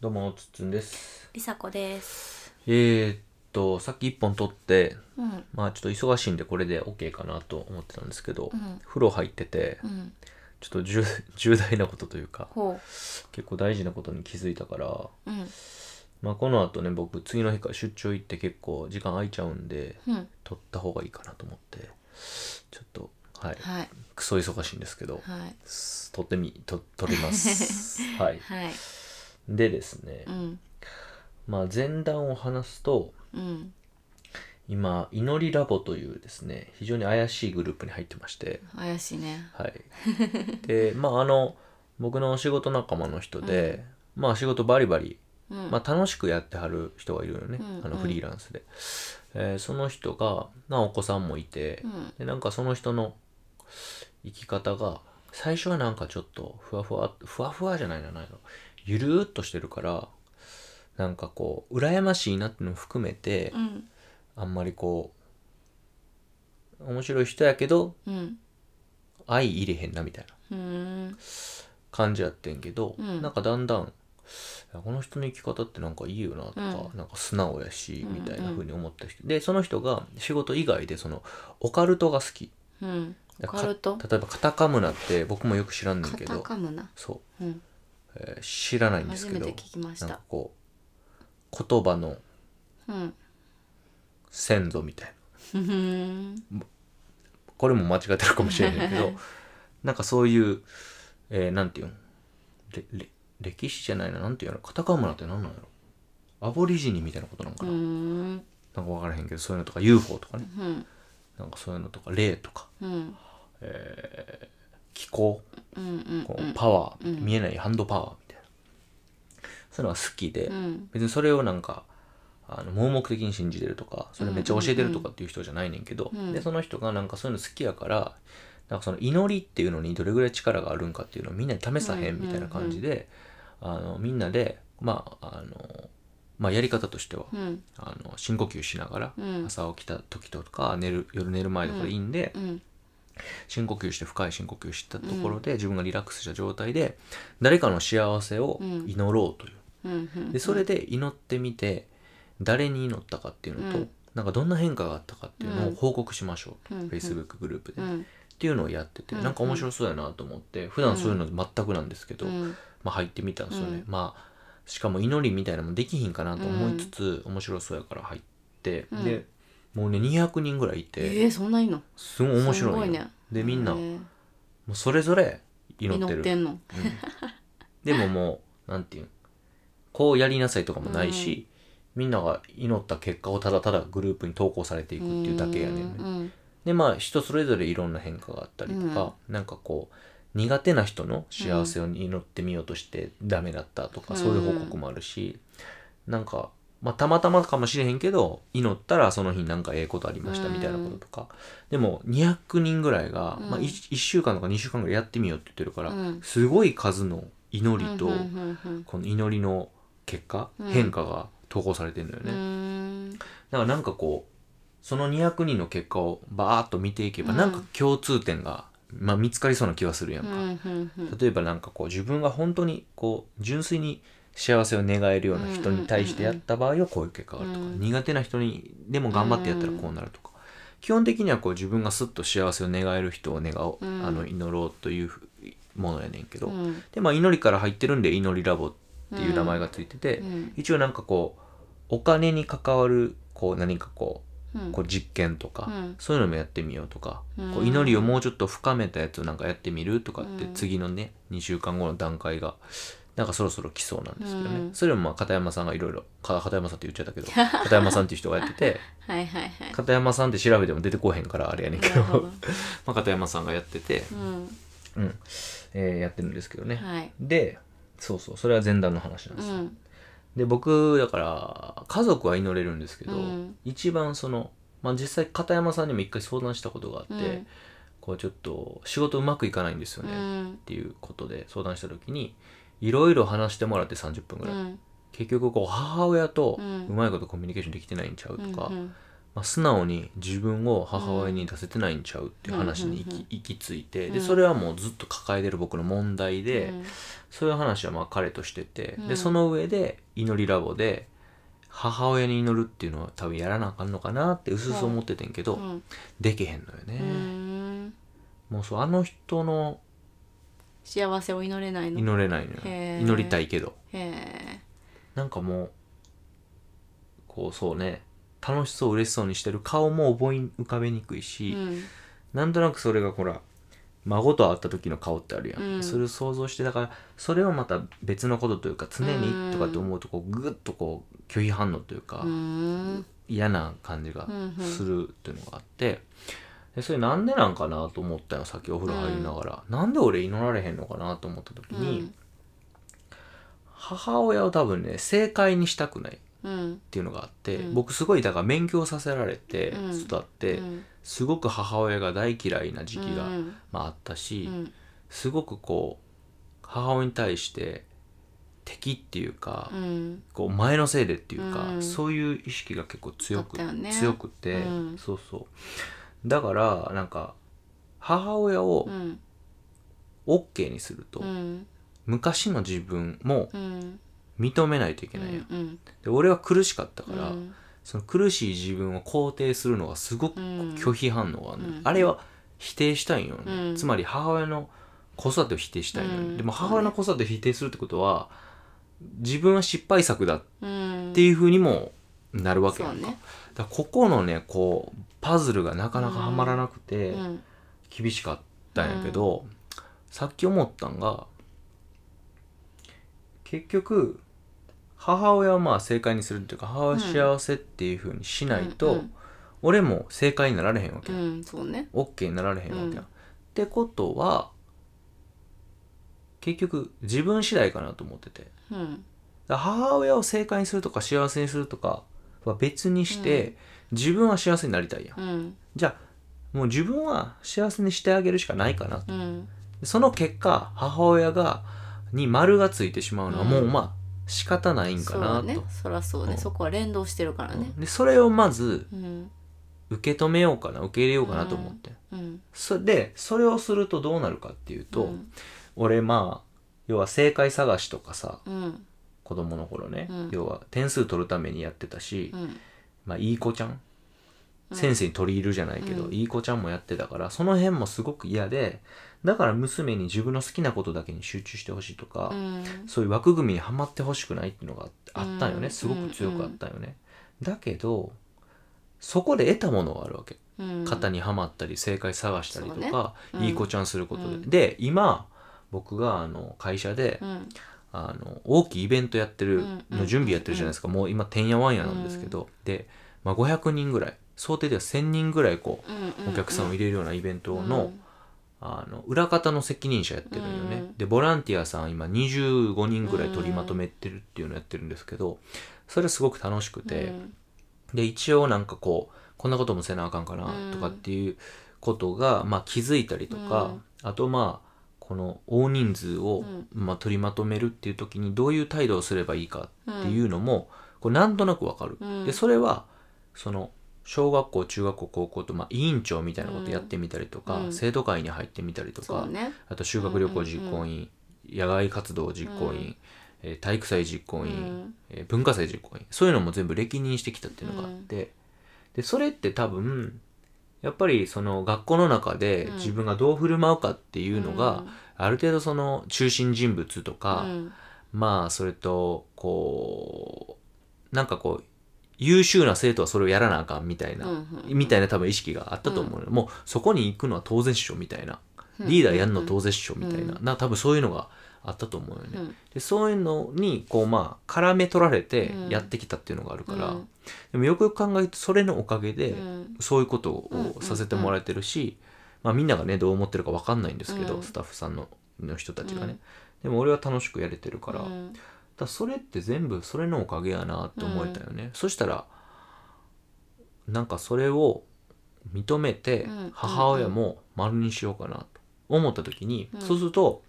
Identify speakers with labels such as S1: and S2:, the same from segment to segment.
S1: どうも、つっつんです。
S2: りさこです。
S1: えー、っと、さっき一本撮って、
S2: うん、
S1: まあちょっと忙しいんでこれで OK かなと思ってたんですけど、
S2: うん
S1: 風呂入ってて
S2: う、ん、
S1: ちょっと重 重大なことというか、
S2: ほ
S1: 結構大事なことに気づいたから、
S2: う、うん、
S1: まあこの後ね、僕次の日から出張行って結構時間空いちゃうんで、
S2: うん、
S1: 撮った方がいいかなと思って、ちょっと、はい、
S2: はい、
S1: クソ忙しいんですけど、
S2: はい、
S1: す撮ってみ、撮撮り ます。はい。
S2: はい、
S1: でですね
S2: う、ん、
S1: まあ前段を話すと、
S2: うん、
S1: 今祈りラボというですね非常に怪しいグループに入ってまして
S2: 怪しいね。
S1: はい でまああの僕の仕事仲間の人で、まあ仕事バリバリ、
S2: うん、
S1: まあ、楽しくやってはる人がいるよね、
S2: うん
S1: あの
S2: うん
S1: フリーランスで、えーその人が、まあ、お子さんもいて、
S2: うん、
S1: でなんかその人の生き方が最初はなんかちょっとふわふわふわふわじゃないななんやろゆるーっとしてるからなんかこう羨ましいなっていうのも含めて、
S2: うん、
S1: あんまりこう面白い人やけど
S2: うん、
S1: 愛入れへんなみたいな
S2: うん、
S1: 感じやってんけど、
S2: うん
S1: なんかだんだんいやこの人の生き方ってなんかいいよなとか、
S2: う
S1: なんか素直やし、
S2: うん
S1: みたいな風に思った人でその人が仕事以外でそのオカルトが好き
S2: うん、オ
S1: だか
S2: カルト。
S1: 例えばカタカムナって僕もよく知らんねん
S2: カ
S1: け
S2: タ
S1: ど
S2: カムナ。
S1: そ
S2: うん、
S1: う、えー知らないんです
S2: 初
S1: けど
S2: めて聞きまし
S1: なんか
S2: た。
S1: こう言葉の
S2: うん、
S1: 先祖みたいな
S2: うん、
S1: これも間違ってるかもしれないけ どなんかそういう、えーなんていうのれれ歴史じゃないななんていうのカタカムナって何なんやろアボリジニみたいなことなのか
S2: う
S1: な、
S2: ん、
S1: なんか分からへんけどそういうのとか UFO とかね
S2: うん、
S1: なんかそういうのとか霊とか
S2: うん、
S1: 気候
S2: うん、
S1: こうパワー、見えないハンドパワーみたいなそういうのが好きで、
S2: うん、
S1: 別にそれをなんかあの盲目的に信じてるとかそれめっちゃ教えてるとかっていう人じゃないねんけど、
S2: うん
S1: でその人がなんかそういうの好きやからなんかその祈りっていうのにどれぐらい力があるんかっていうのをみんなで試さへんみたいな感じで、あのみんなで、まああのまあ、やり方としては、
S2: うん、
S1: あの深呼吸しながら、
S2: うん
S1: 朝起きた時とか寝る夜寝る前とかでいいんで、
S2: うん、
S1: 深呼吸して深い深呼吸したところで、自分がリラックスした状態で誰かの幸せを祈ろうという。
S2: うん、
S1: でそれで祈ってみて誰に祈ったかっていうのと、
S2: うん
S1: なんかどんな変化があったかっていうの
S2: う
S1: を
S2: ん
S1: 報告しましょうと、
S2: うんうん
S1: Facebook グループで
S2: う
S1: ね、っ
S2: ん、
S1: ていうのをやってて、
S2: うん
S1: なんか面白そうやなと思って普段そういうの全くなんですけど、
S2: うん、
S1: まあ、入ってみたんですよね、
S2: う
S1: まあしかも祈りみたいなのもできひんかなと思いつつ、面白そうやから入って、
S2: うん
S1: でもうね200人ぐらいいて
S2: ええ、そんないんの。
S1: すごい面白い,、
S2: すごいね
S1: でみんな
S2: へ
S1: も
S2: え
S1: うそれぞれ祈って
S2: 祈
S1: る
S2: ってんの。
S1: でももう、なんていうんこうやりなさいとかもないし、みんなが祈った結果をただただグループに投稿されていくっていうだけやねんね。
S2: ん
S1: で、まあ人それぞれいろんな変化があったりとか、なんかこう、苦手な人の幸せを祈ってみようとしてダメだったとか、
S2: うん
S1: そういう報告もあるし、なんか、まあたまたまかもしれへんけど、祈ったらその日なんかええことありましたみたいなこととか、でも200人ぐらいが、まあ
S2: うん
S1: 1, 週間とか2週間ぐらいやってみようって言ってるから、
S2: うん
S1: すごい数の祈
S2: うん
S1: りと、
S2: うんうんうん
S1: この祈りの結果、
S2: うん
S1: 変化が投稿されてるのよね、
S2: う
S1: だ
S2: ーん
S1: からなんかこうその200人の結果をバーッと見ていけば、
S2: うん
S1: なんか共通点が、まあ、見つかりそうな気はするやん
S2: う
S1: か、
S2: んうんうん
S1: 例えばなんかこう自分が本当にこう純粋に幸せを願えるような人に対してやった場合はこういう結果があるとか、
S2: うん
S1: 苦手な人にでも頑張ってやったらこうなるとか、基本的にはこう自分がスッと幸せを願える人を願おう、
S2: うん
S1: あの祈ろうというふものやねんけど、
S2: うん
S1: でまあ祈りから入ってるんで祈りラボっていう名前がついてて、
S2: うん
S1: 一応なんかこうお金に関わるこう何かこ
S2: う
S1: うんこう実験とか、
S2: うん
S1: そういうのもやってみようとか、
S2: うん
S1: こう祈りをもうちょっと深めたやつをなんかやってみるとかって
S2: うん
S1: 次のね2週間後の段階がなんかそろそろ来そうなんですけどね、
S2: うん
S1: それもまあ片山さんがいろいろか片山さんって言っちゃ ったけど片山さんっていう人がやってて
S2: はいはいはい
S1: 片山さんって調べても出てこうへんからあれやねんけど
S2: なるほど
S1: まあ片山さんがやってて、
S2: うん
S1: うんえーやってるんですけどね、
S2: はい
S1: でそうそうそれは前段の話なん
S2: う
S1: ですよ、
S2: ん
S1: で僕だから家族は祈れるんですけど、
S2: うん
S1: 一番その、まあ、実際片山さんにも一回相談したことがあって、
S2: うん
S1: こうちょっと仕事うまくいかないんですよ
S2: う
S1: ね、っ
S2: ん
S1: ていうことで相談した時にいろいろ話してもらって30分ぐ
S2: う
S1: らい、
S2: ん
S1: 結局こう母親と
S2: うん
S1: うまいことコミュニケーションできてないんちゃうとか、
S2: うん
S1: まあ、素直に自分を母親に出せてないんちゃうっていう話に行き,、
S2: うんうんうん
S1: 行き着いて
S2: う
S1: で
S2: ん
S1: それはもうずっと抱えてる僕の問題で、
S2: うん
S1: そういう話はまあ彼としてて、
S2: うん
S1: でその上で祈りラボで母親に祈るっていうのは多分やらなあかんのかなってうすうす思っててんけど、
S2: うん
S1: できへんのよ
S2: う
S1: ね、
S2: ーん
S1: もうそうあの人の
S2: 幸せを祈れないの
S1: 祈れないのよ
S2: へー
S1: 祈りたいけど
S2: へえ
S1: なんかもうこうそうね楽しそう嬉しそうにしてる顔も覚え浮かべにくいし、
S2: うん
S1: なんとなくそれがほら孫と会った時の顔ってあるやん、
S2: うん
S1: それを想像してだからそれをまた別のことというか常にとかって思うとこうグッとこう拒否反応というか、
S2: うーん
S1: 嫌な感じが
S2: うんうん
S1: するっていうのがあってでそれなんでなんかなと思ったよさっきお風呂入りながら、なんで俺祈られへんのかなと思った時に、母親を多分ね正解にしたくないっ
S2: うん
S1: ていうのがあって、
S2: うん
S1: 僕すごいだから勉強させられて
S2: うん
S1: 育って、
S2: うん
S1: すごく母親が大嫌いな時期が、
S2: うん
S1: まあ、あったし、
S2: うん
S1: すごくこう母親に対して敵っていうか、
S2: うん
S1: こう前のせいでっていうか、
S2: うん
S1: そういう意識が結構強く、
S2: あったよね
S1: 強くて、
S2: うん
S1: そうそうだからなんか母親を
S2: うん
S1: OK にすると、
S2: うん
S1: 昔の自分も
S2: うん
S1: 認めないといけ
S2: う
S1: ないやん、
S2: んうん
S1: で俺は苦しかったから、
S2: うん
S1: その苦しい自分を肯定するのがすごく
S2: うん
S1: 拒否反応があるのよ、
S2: うん
S1: あれは否定したいんよね、
S2: うん
S1: つまり母親の子育てを否定したいのよ、
S2: うん
S1: でも母親の子育てを否定するってことは自分は失敗作だっ
S2: うん
S1: ていうふうにもなるわけや
S2: そうん
S1: か,、
S2: ね
S1: だからここのねこうパズルがなかなかはまらなくて
S2: うん
S1: 厳しかったんやけど、さっき思ったんが結局母親はまあ正解にするっていうか母親は幸せっていうふうにしないと、
S2: うん
S1: 俺も正解になられへんわけ
S2: う
S1: や、ん、
S2: んそうね
S1: OK になられへんわけや、ん、
S2: うん
S1: ってことは結局自分次第かなと思ってて
S2: うん
S1: だから母親を正解にするとか幸せにするとかは別にして、自分は幸せになりたいやん
S2: うん
S1: じゃあもう自分は幸せにしてあげるしかないかなと
S2: うん
S1: でその結果母親がに丸がついてしまうのは
S2: うん
S1: もうまあ仕方ないんか
S2: そう
S1: な
S2: だ
S1: と、
S2: ねそらそう
S1: う
S2: ね
S1: ん
S2: そこは連動してるからね
S1: でそれをまず
S2: うん
S1: 受け止めようかな受け入れようかなと思って、
S2: うん
S1: そでそれをするとどうなるかっていうと、
S2: うん
S1: 俺まあ要は正解探しとかさ
S2: うん
S1: 子供の頃ね、
S2: うん
S1: 要は点数取るためにやってたし、
S2: うん
S1: まあいい子ちゃん
S2: うん
S1: 先生に取り入るじゃないけど、
S2: うん
S1: いい子ちゃんもやってたからその辺もすごく嫌でだから娘に自分の好きなことだけに集中してほしいとか、
S2: うん
S1: そういう枠組みにはまってほしくないっていうのがああったんよね、
S2: うん
S1: すごく強くあったんよね、だけどそこで得たものがあるわけ
S2: うん
S1: 型にはまったり正解探したりとか、
S2: そうねうん
S1: いい子ちゃんすることで、
S2: うん
S1: で今僕があの会社で、
S2: うん
S1: あの大きいイベントやってる
S2: うんうん
S1: の準備やってるじゃないですか、もう今てんやわんやなんですけど、で、まあ、500人ぐらい想定では1000人ぐらいこ
S2: うんうん
S1: うお客さんを入れるようなイベントの,、
S2: うん
S1: あの裏方の責任者やってるんよね、
S2: うん
S1: でボランティアさん今25人ぐらい取りまとめてるっていうのやってるんですけどそれすごく楽しくて、
S2: うん
S1: で一応なんかこうこんなこともせなあかんかな
S2: うん
S1: とかっていうことが、まあ、気づいたりとか、あとまあこの大人数を、
S2: うん
S1: まあ、取りまとめるっていう時にどういう態度をすればいいかっていうのも、こうなんとなくわかる、
S2: うん
S1: でそれはその小学校中学校高校と、まあ、委員長みたいなことやってみたりとか、
S2: うん
S1: 生徒会に入ってみたりと
S2: そ
S1: か、
S2: うね
S1: あと修学旅行実行委員、野外活動実行委員、
S2: うん
S1: えー体育祭実行委員、
S2: うん
S1: えー文化祭実行委員そういうのも全部歴任してきたっていうのがあって、でそれって多分やっぱりその学校の中で
S2: うん
S1: 自分がどう振る舞うかっていうのが、ある程度その中心人物とか、
S2: うん
S1: まあそれとこうなんかこう優秀な生徒はそれをやらなあかんみたいな、
S2: うんうん
S1: みたいな多分意識があったと思うのよ、もうそこに行くのは当然っしょみたいな
S2: うん
S1: リーダーやるの当然っしょみたいな,、
S2: う
S1: な多分そういうのがあったと思うよね、
S2: うん
S1: でそういうのにこうまあ絡め取られて
S2: うん
S1: やってきたっていうのがあるから、
S2: うん
S1: でもよくよく考えるとそれのおかげで
S2: うん
S1: そういうことをさせてもらえてるし、まあ、みんながねどう思ってるか分かんないんですけど、
S2: うん
S1: スタッフさんのの人たちが
S2: う
S1: ね
S2: ん、
S1: でも俺は楽しくやれてるから,、
S2: う
S1: だか
S2: ん
S1: らそれって全部それのおかげやなって思えたよね、そしたらなんかそれを認めて
S2: うん
S1: 母親も丸にしようかなと思った時に、
S2: うん
S1: そうすると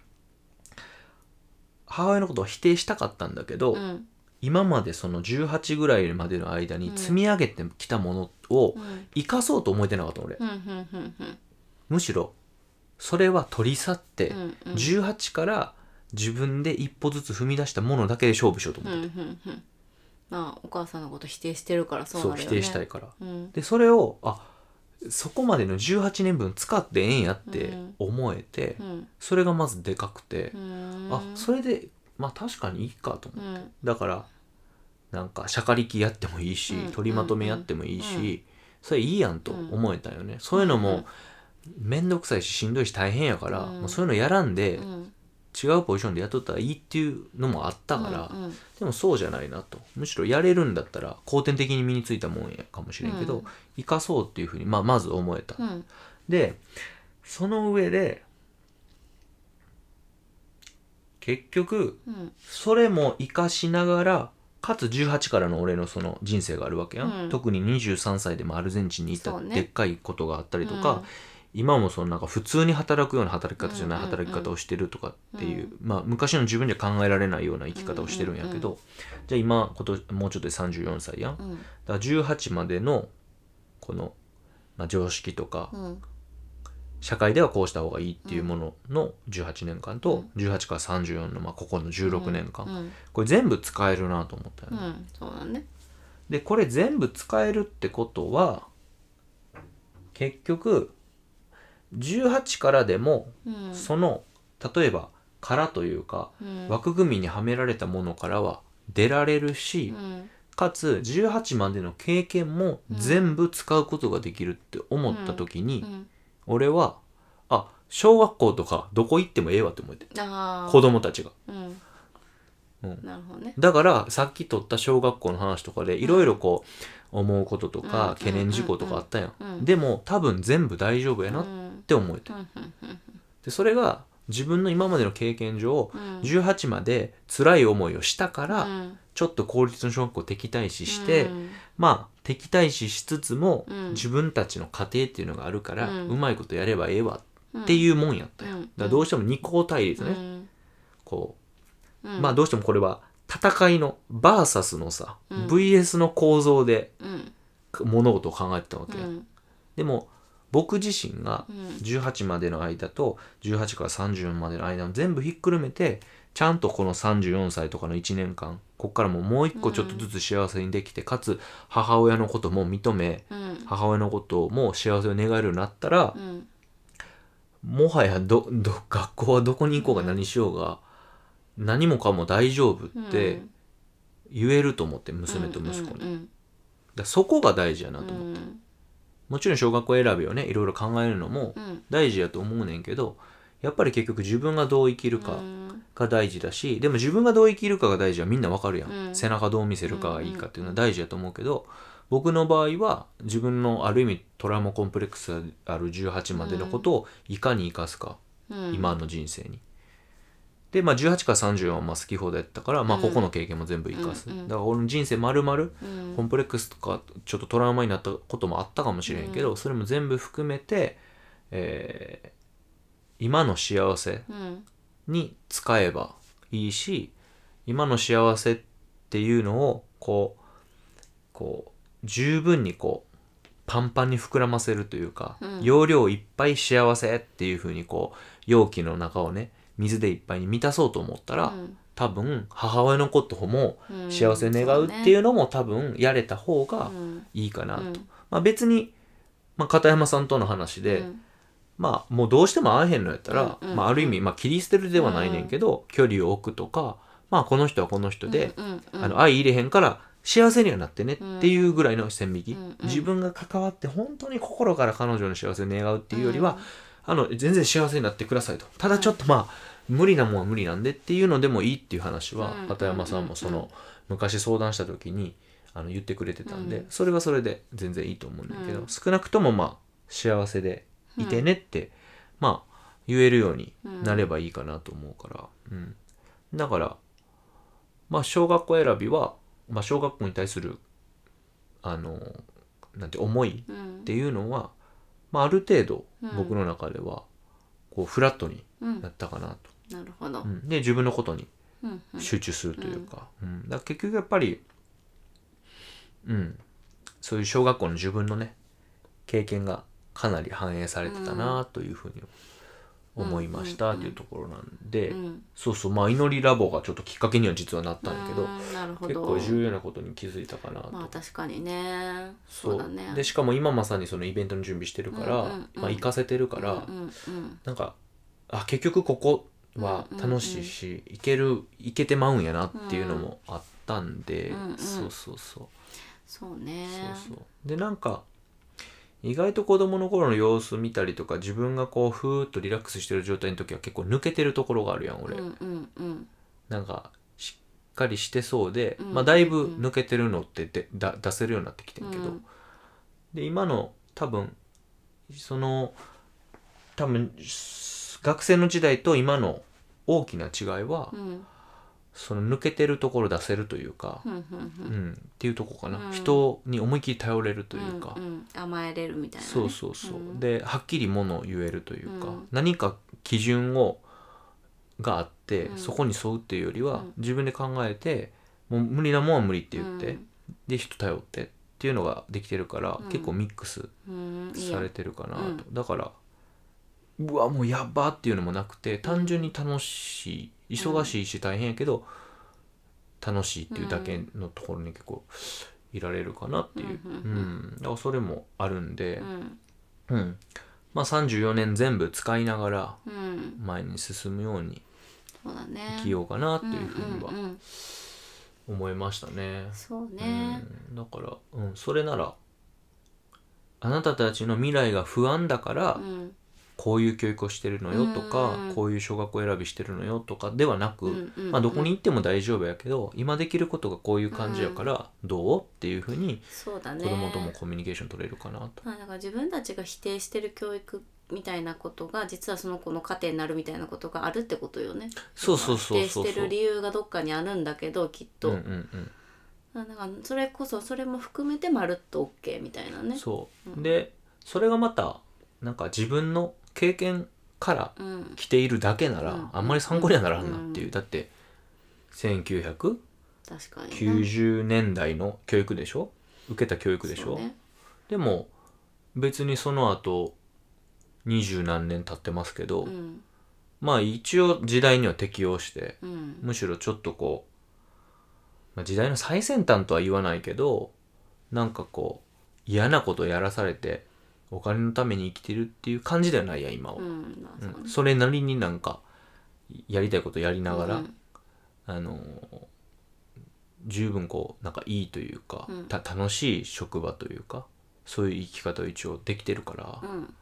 S1: 母親のことを否定したかったんだけど、
S2: うん
S1: 今までその18ぐらいまでの間に積み上げてきたものを
S2: うん
S1: 生かそうと思えてなかったの俺、
S2: うんうんうんうん
S1: むしろそれは取り去って、
S2: うんうん
S1: 18から自分で一歩ずつ踏み出したものだけで勝負しようと思
S2: う
S1: っ
S2: ん
S1: て、
S2: うんうんまあお母さんのこと否定してるからそう
S1: そう
S2: なる
S1: 否
S2: よね
S1: 定したいから
S2: うん
S1: でそれをあそこまでの18年分使ってええんやって思えて、
S2: うん
S1: それがまずでかくて
S2: う、ん
S1: あそれでまあ確かにいいかと思って
S2: う、ん
S1: だからなんかしゃかりきやってもいいし、
S2: うん
S1: 取りまとめやってもいいし、
S2: うんう
S1: それいいやんと思えたよね、そういうのも面倒くさいししんどいし大変やから、
S2: うん
S1: もうそういうのやらんで、
S2: うん
S1: 違うポジションでやっとったらいいっていうのもあったから、
S2: うんうん
S1: でもそうじゃないなとむしろやれるんだったら後天的に身についたもんやかもしれんけど、
S2: うん
S1: 生かそうっていうふうに、まあ、まず思えた、
S2: うん
S1: でその上で結局
S2: うん
S1: それも活かしながらかつ18からの俺のその人生があるわけやん、
S2: うん
S1: 特に23歳でもアルゼンチンに行った
S2: そうね
S1: でっかいことがあったりとか、今もそのなんか普通に働くような働き方じゃない
S2: うんうんうん
S1: 働き方をしてるとかっていう、まあ昔の自分じゃ考えられないような生き方をしてるんやけど、じゃあ今今年もうちょっとで34歳やんだか
S2: うんうん
S1: ら18までのこの、まあ、常識とか
S2: うん
S1: 社会ではこうした方がいいっていうものの18年間と、18から34のまあここの16年間、
S2: うん
S1: これ全部使えるなと思ったよ
S2: う
S1: ね、
S2: んそうだね
S1: でこれ全部使えるってことは結局18からでも
S2: うん
S1: その例えば殻というか
S2: うん
S1: 枠組みにはめられたものからは出られるし
S2: うん
S1: かつ18までの経験も全部使うことができるって思った時
S2: う
S1: に
S2: ん
S1: 俺はあ小学校とかどこ行ってもええわって思って
S2: あー
S1: 子供たちが。
S2: うん
S1: うん
S2: なるほどね
S1: だからさっき取った小学校の話とかでいろいろこう思うことと
S2: うん
S1: か懸念事項とかあったやん、
S2: うん
S1: でも多分全部大丈夫や
S2: う
S1: なっ
S2: ん
S1: て思えた、
S2: うんうん
S1: でそれが自分の今までの経験上
S2: うん
S1: 18まで辛い思いをしたから、
S2: うん
S1: ちょっと公立の小学校敵対視して、
S2: うん
S1: まあ敵対視しつつも、
S2: うん
S1: 自分たちの家庭っていうのがあるから、う
S2: うん
S1: まいことやればええわっていうもんやったやん、
S2: うん
S1: だからどうしても二項対立ね、
S2: うん
S1: こう
S2: うん
S1: まあどうしてもこれは戦いのバーサスのさ、
S2: うん
S1: VS の構造で
S2: うん
S1: 物事を考えてたわ
S2: う
S1: け、
S2: ん
S1: でも僕自身が
S2: うん
S1: 18までの間と18から34までの間を全部ひっくるめてちゃんとこの34歳とかの1年間こっからももう一個ちょっとずつ幸せにできて、かつ母親のことも認め
S2: うん
S1: 母親のことも幸せを願えるようになったら
S2: う、ん
S1: もはやどど学校はどこに行こうが何しようが、何もかも大丈夫って、
S2: うん
S1: 言えると思って娘と息子に、だか
S2: うん
S1: らそこが大事やな
S2: う
S1: と
S2: ん
S1: 思う、
S2: うん
S1: もちろん小学校選びをねいろいろ考えるのも
S2: うん
S1: 大事やと思うねんけどやっぱり結局自分がどう生きるか
S2: うん
S1: が大事だし、でも自分がどう生きるかが大事はみんなわかるやん、
S2: うん
S1: 背中どう見せるかがいいかっていうのは大事やと思うけど僕の場合は自分のある意味トラウマコンプレックスある18までのことをいかに生かすか、
S2: うん
S1: 今の人生に。で、まあ、18から34はまあ好き放題やったから、まあ、
S2: うん
S1: ここの経験も全部生かす、
S2: うんうん
S1: だから俺の人生丸々
S2: うん
S1: コンプレックスとかちょっとトラウマになったこともあったかもしれんけど、それも全部含めて、えー今の幸せ
S2: うん
S1: に使えばいいし今の幸せっていうのをこうこう十分にこうパンパンに膨らませるというか、
S2: うん
S1: 容量いっぱい幸せっていう風にこう容器の中をね水でいっぱいに満たそうと思ったら、
S2: うん
S1: 多分母親のことも
S2: うん
S1: 幸せ願うっていうのも多分やれた方が
S2: うん
S1: いいかなと、
S2: うん
S1: まあ別に、まあ、片山さんとの話で、
S2: うん
S1: まあもうどうしても会えへんのやったら、
S2: うんうん
S1: まあ、ある意味、まあ、切り捨てるではないねんけど、距離を置くとかまあこの人はこの人で、
S2: うんうん
S1: あの相入れへんから幸せにはなってねっていうぐらいの線引き、
S2: うんうん
S1: 自分が関わって本当に心から彼女の幸せを願うっていうよりは、あの全然幸せになってくださいとただちょっとまあ、無理なもんは無理なんでっていうのでもいいっていう話は
S2: うん
S1: 片山さんもその、昔相談した時にあの言ってくれてたんで、それはそれで全然いいと思うんだけど、
S2: うん
S1: 少なくともまあ幸せでいてねって、まあ言えるようになればいいかなと思うから、うんだからまあ小学校選びは、まあ、小学校に対するあのなんて思い
S2: うん
S1: っていうのは、まあ、ある程度
S2: うん
S1: 僕の中ではこうフラットに
S2: うん
S1: なったかなと、
S2: なるほど
S1: うんで自分のことに
S2: うんうん
S1: 集中するというか,、うんだから結局やっぱり、うん、そういう小学校の自分のね経験がかなり反映されてたなというふうに思いましたっていうところなんで、
S2: うん
S1: そうそうまあ祈りラボがちょっときっかけには実はなったんだけど
S2: うーんなるほ
S1: 結
S2: ど
S1: 構重要なことに気づいたかなと。
S2: まあ確かにねそうだね
S1: でしかも今まさにそのイベントの準備してるから、
S2: うんうんうん
S1: まあ、行かせてるから、
S2: うんうんうん
S1: なんかあ結局ここは楽しいし、行ける行けてまうんやなっていうのもあったんで、
S2: うんうん
S1: そうそうそう
S2: そうね
S1: そうそうでなんか意外と子供の頃の様子見たりとか自分がこうふーっとリラックスしてる状態の時は結構抜けてるところがあるやん俺、
S2: うんうんうん
S1: なんかしっかりしてそうで、
S2: うん
S1: まあ、だいぶ抜けてるのってでだ出せるようになってきてんけど、
S2: うん
S1: で今の多分その多分す学生の時代と今の大きな違いは、
S2: うん
S1: その抜けてるところ出せるというか
S2: う、んうん
S1: うんっていうとこかな、
S2: うん
S1: 人に思いっきり頼れるというか、
S2: うんうん甘えれるみたいなね
S1: そうそうそう、
S2: うん
S1: ではっきりものを言えるというか、
S2: うん
S1: 何か基準をがあって、
S2: うん
S1: そこに沿うっていうよりは、
S2: うん
S1: 自分で考えてもう無理なもんは無理って言って、で人頼ってっていうのができてるから、
S2: うん
S1: 結構ミックス
S2: うんうんいいや
S1: されてるかなと、
S2: うん
S1: だからうわもうやっばっていうのもなくて単純に楽しい忙しいし大変やけど、楽しいっていうだけのところに結構いられるかなっていう、う
S2: う
S1: んん
S2: うんうん
S1: だからそれもあるんで
S2: う、ん
S1: うんまあ、34年全部使いながら
S2: うん
S1: 前に進むように
S2: そうだね
S1: 生きようかなっていうふうに
S2: ん
S1: は
S2: んうん
S1: 思いましたね。
S2: そうね
S1: うん、だから、うん、それならあなたたちの未来が不安だから、
S2: うん
S1: こういう教育をしてるのよとか、
S2: うん
S1: こういう小学校選びしてるのよとかではなく、
S2: うんうん
S1: まあ、どこに行っても大丈夫やけど今できることがこういう感じやからどうっていうふうに
S2: そうだね
S1: 子供ともコミュニケーション取れるかなと。
S2: まあ、だから自分たちが否定してる教育みたいなことが実はその子の糧になるみたいなことがあるってことよね。
S1: そうそうそうそうそう
S2: 否定してる理由がどっかにあるんだけどきっと、
S1: うんうん
S2: なんかそれこそそれも含めてまるっと OK みたいな
S1: うん、
S2: ね。
S1: そう、
S2: うん
S1: でそれがまたなんか自分の経験から
S2: うん
S1: 来ているだけなら、
S2: うん
S1: あんまり参考にはならんなっていう、だって1990
S2: 確かにな。
S1: 年代の教育でしょ受けた教育でし
S2: そ
S1: ょ、
S2: うね
S1: でも別にその後二十何年経ってますけど、
S2: うん
S1: まあ一応時代には適応して
S2: うん
S1: むしろちょっとこう、まあ、時代の最先端とは言わないけどなんかこう嫌なことやらされてお金のために生きてるっていう感じではないや今は、
S2: うんまあそ
S1: う
S2: う
S1: ん
S2: ね
S1: それなりになんかやりたいことやりながら、
S2: うん
S1: あのー十分こうなんかいいというか、
S2: うん
S1: た楽しい職場というかそういう生き方を一応できてるから
S2: う、ん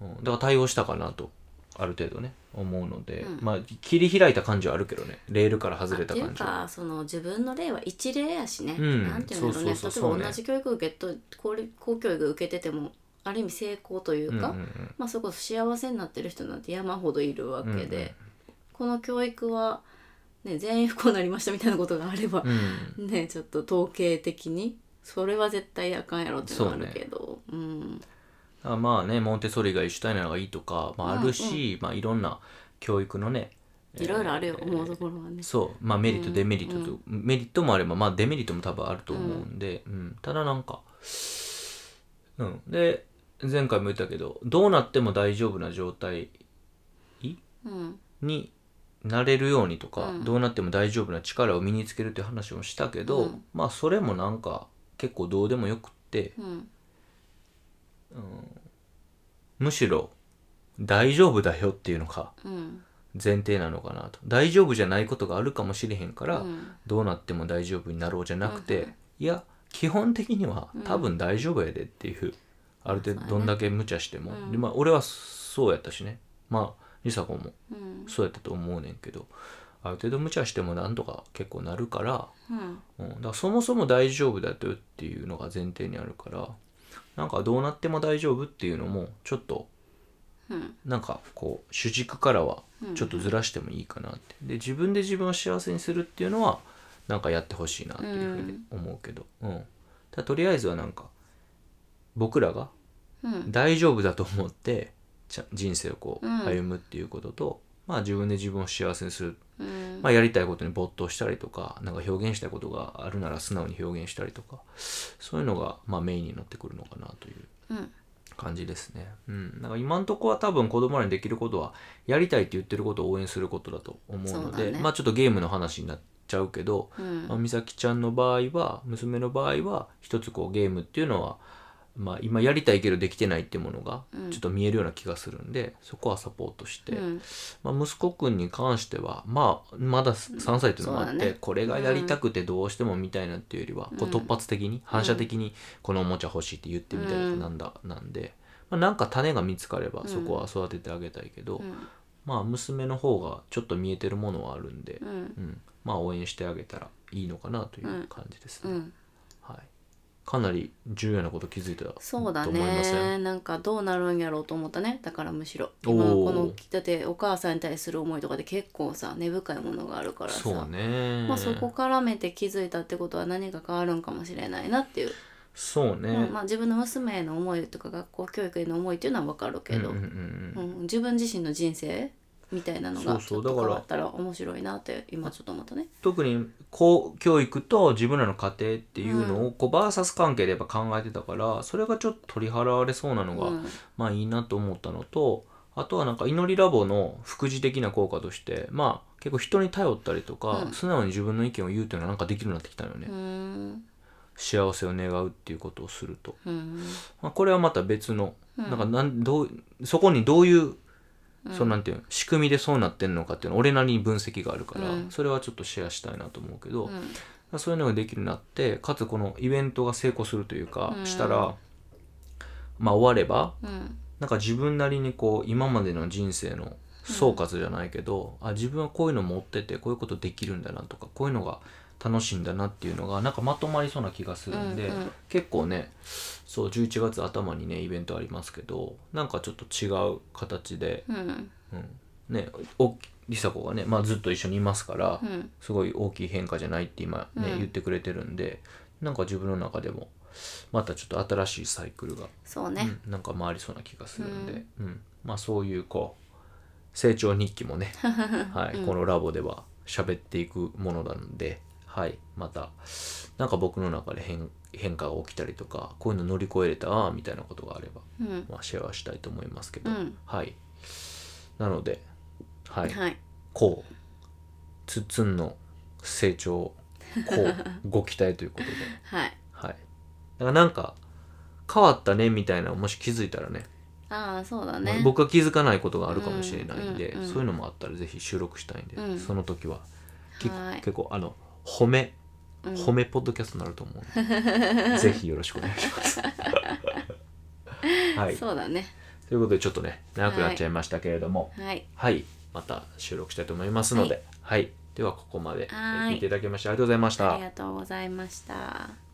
S1: うんだから対応したかなとある程度ね思うので、
S2: うん
S1: まあ切り開いた感じはあるけどねレールから
S2: あ
S1: 外
S2: って
S1: れた
S2: いう
S1: 感じは
S2: かその自分の例は一例やしね、
S1: うん
S2: なんていうんだろうね
S1: そうそうそう
S2: 例えば同じ教育受けと公立公教育受けててもある意味成功という
S1: うんうん
S2: か、
S1: うん
S2: まあ、それこそ幸せになってる人なんて山ほどいるわけで、
S1: うんうん
S2: この教育は、ね、全員不幸になりましたみたいなことがあれば
S1: う、ん
S2: ねちょっと統計的にそれは絶対あかんやろっていうのはあるけどう,、ん
S1: あまあねモンテッソーリが一緒たいなのがいいとか、まあ、あるし、まあ、いろんな教育のね
S2: いろいろあるよ、
S1: えー
S2: 思うところはね。
S1: そうまあメリット
S2: うん
S1: デメリットと、メリットもあればまあデメリットも多分あると思うんで、うんただなんかうんで前回も言ったけどどうなっても大丈夫な状態
S2: うん
S1: になれるようにとか、
S2: うん
S1: どうなっても大丈夫な力を身につけるっていう話もしたけど、
S2: うん
S1: まあそれもなんか結構どうでもよくって
S2: うん
S1: むしろ大丈夫だよっていうのが
S2: うん
S1: 前提なのかなと大丈夫じゃないことがあるかもしれへんから、
S2: うん
S1: どうなっても大丈夫になろうじゃなくて、
S2: うんうん
S1: いや基本的には
S2: うん
S1: 多分大丈夫やでっていう、ある程
S2: そ
S1: 度
S2: うやね
S1: どんだけ無茶しても、
S2: うん
S1: でまあ、俺はそうやったしねまあ梨紗子も
S2: うん
S1: そうやったと思うねんけどある程度無茶してもなんとか結構なるから,、
S2: うん
S1: うん、だからそもそも大丈夫だよっていうのが前提にあるからなんかどうなっても大丈夫っていうのもちょっと
S2: うん
S1: なんかこう主軸からは
S2: うん
S1: ちょっとずらしてもいいかなって、で自分で自分を幸せにするっていうのはなんかやってほしいなっていうふうに思うけど、うんただとりあえずはなんか僕らが
S2: うん
S1: 大丈夫だと思ってちゃ人生をこう
S2: うん
S1: 歩むっていうことと、まあ自分で自分を幸せにする、
S2: うん
S1: まあ、やりたいことに没頭したりとかなんか表現したいことがあるなら素直に表現したりとかそういうのがまあメインになってくるのかなという
S2: うん
S1: 感じですね。うん。なんか今んとこは多分子供らにできることは、やりたいって言ってることを応援することだと思うの
S2: そう
S1: で、
S2: だね
S1: まあちょっとゲームの話になっちゃうけど、
S2: うん
S1: まあ美咲ちゃんの場合は、娘の場合は、一つこうゲームっていうのは、まあ今やりたいけどできてないってものが
S2: うん
S1: ちょっと見えるような気がするんで、そこはサポートして、
S2: うん
S1: まあ、息子くんに関しては、まあ、まだ3歳というのもあって、
S2: そうだね
S1: これがやりたくてどうしてもみたいなっていうよりは、こう
S2: うん
S1: 突発的に反射的にこのおもちゃ欲しいって言ってみたりとか
S2: うん
S1: なんだ、なんで、まあ、なんか種が見つかれば
S2: ん
S1: そこは育ててあげたいけど、
S2: うん
S1: まあ娘の方がちょっと見えてるものはあるんで、
S2: うん
S1: うんまあ応援してあげたらいいのかなという感じです
S2: う
S1: ね。
S2: ん
S1: はい、かなり重要なこと気づいたと
S2: そ
S1: 思
S2: うだ
S1: いません
S2: ねなんかどうなるんやろうと思ったねだからむしろ
S1: おー
S2: 今このだってお母さんに対する思いとかで結構さ根深いものがあるからさ
S1: そうね、
S2: まあ、そこ絡めて気づいたってことは何か変わるんかもしれないなっていう、
S1: そうね、
S2: うんまあ、自分の娘への思いとか学校教育への思いっていうのは分かるけど、
S1: う
S2: うん
S1: うんうん
S2: ん
S1: うん
S2: 自分自身の人生みたいなのがち
S1: そ
S2: ょ
S1: うそう
S2: っ
S1: だ
S2: と
S1: から
S2: 変わったら面白いなって今ちょっと思ったね。
S1: 特にこう教育と自分らの家庭っていうのをこうバーサス関係でやっぱ考えてたからそれがちょっと取り払われそうなのが、
S2: うん
S1: まあいいなと思ったのとあとはなんか祈りラボの副次的な効果としてまあ結構人に頼ったりとか、
S2: うん
S1: 素直に自分の意見を言うっていうのはなんかできるようになってきたのよね、
S2: うーん
S1: 幸せを願うっていうことをすると、
S2: うん
S1: まあ、これはまた別の、
S2: うん
S1: なんかなんどうそこにどういう
S2: うん
S1: そうなんていうの仕組みでそうなってんのかっていうのは俺なりに分析があるから、
S2: うん
S1: それはちょっとシェアしたいなと思うけど、
S2: うん
S1: そういうのができるようになってかつこのイベントが成功するというか、
S2: うん
S1: したらまあ終われば
S2: うん
S1: なんか自分なりにこう今までの人生の総括じゃないけど、あ自分はこういうの持っててこういうことできるんだなとかこういうのが楽しいんだなっていうのがなんかまとまりそうな気がするんで、
S2: うんうん
S1: 結構ねそう11月頭にねイベントありますけどなんかちょっと違う形で、
S2: うん
S1: うん、ねおりさこがね、まあ、ずっと一緒にいますから、
S2: うん
S1: すごい大きい変化じゃないって今ね、
S2: うん
S1: 言ってくれてるんでなんか自分の中でもまたちょっと新しいサイクルが、
S2: そうね、
S1: うんなんか回りそうな気がするんで、うんまあそういうこう成長日記も ね、はい、このラボでは喋っていくものなんで、はい、またなんか僕の中で変変化が起きたりとかこういうの乗り越えれたわみたいなことがあれば、
S2: うん
S1: まあ、シェアはしたいと思いますけど、
S2: うん
S1: はいなので、はい、
S2: はい
S1: こうつっつんの成長をこうご期待ということで
S2: はい
S1: はいだからなんか変わったねみたいなのもし気づいたらね
S2: ああそうだね
S1: 僕が気づかないことがあるかもしれないんで、
S2: うんうんうん
S1: そういうのもあったらぜひ収録したいんで、
S2: うん
S1: その時はき
S2: はい
S1: 結構あの褒め
S2: うん
S1: 褒めポッドキャストになると思うんで、 ぜひよろしくお願いします。はい、
S2: そうだね
S1: ということでちょっとね長くなっちゃいましたけれども、
S2: はい
S1: はい、また収録したいと思いますので、はい、ではここまでえー
S2: はい
S1: 聞いていただきましてありがとうございました。
S2: ありがとうございました。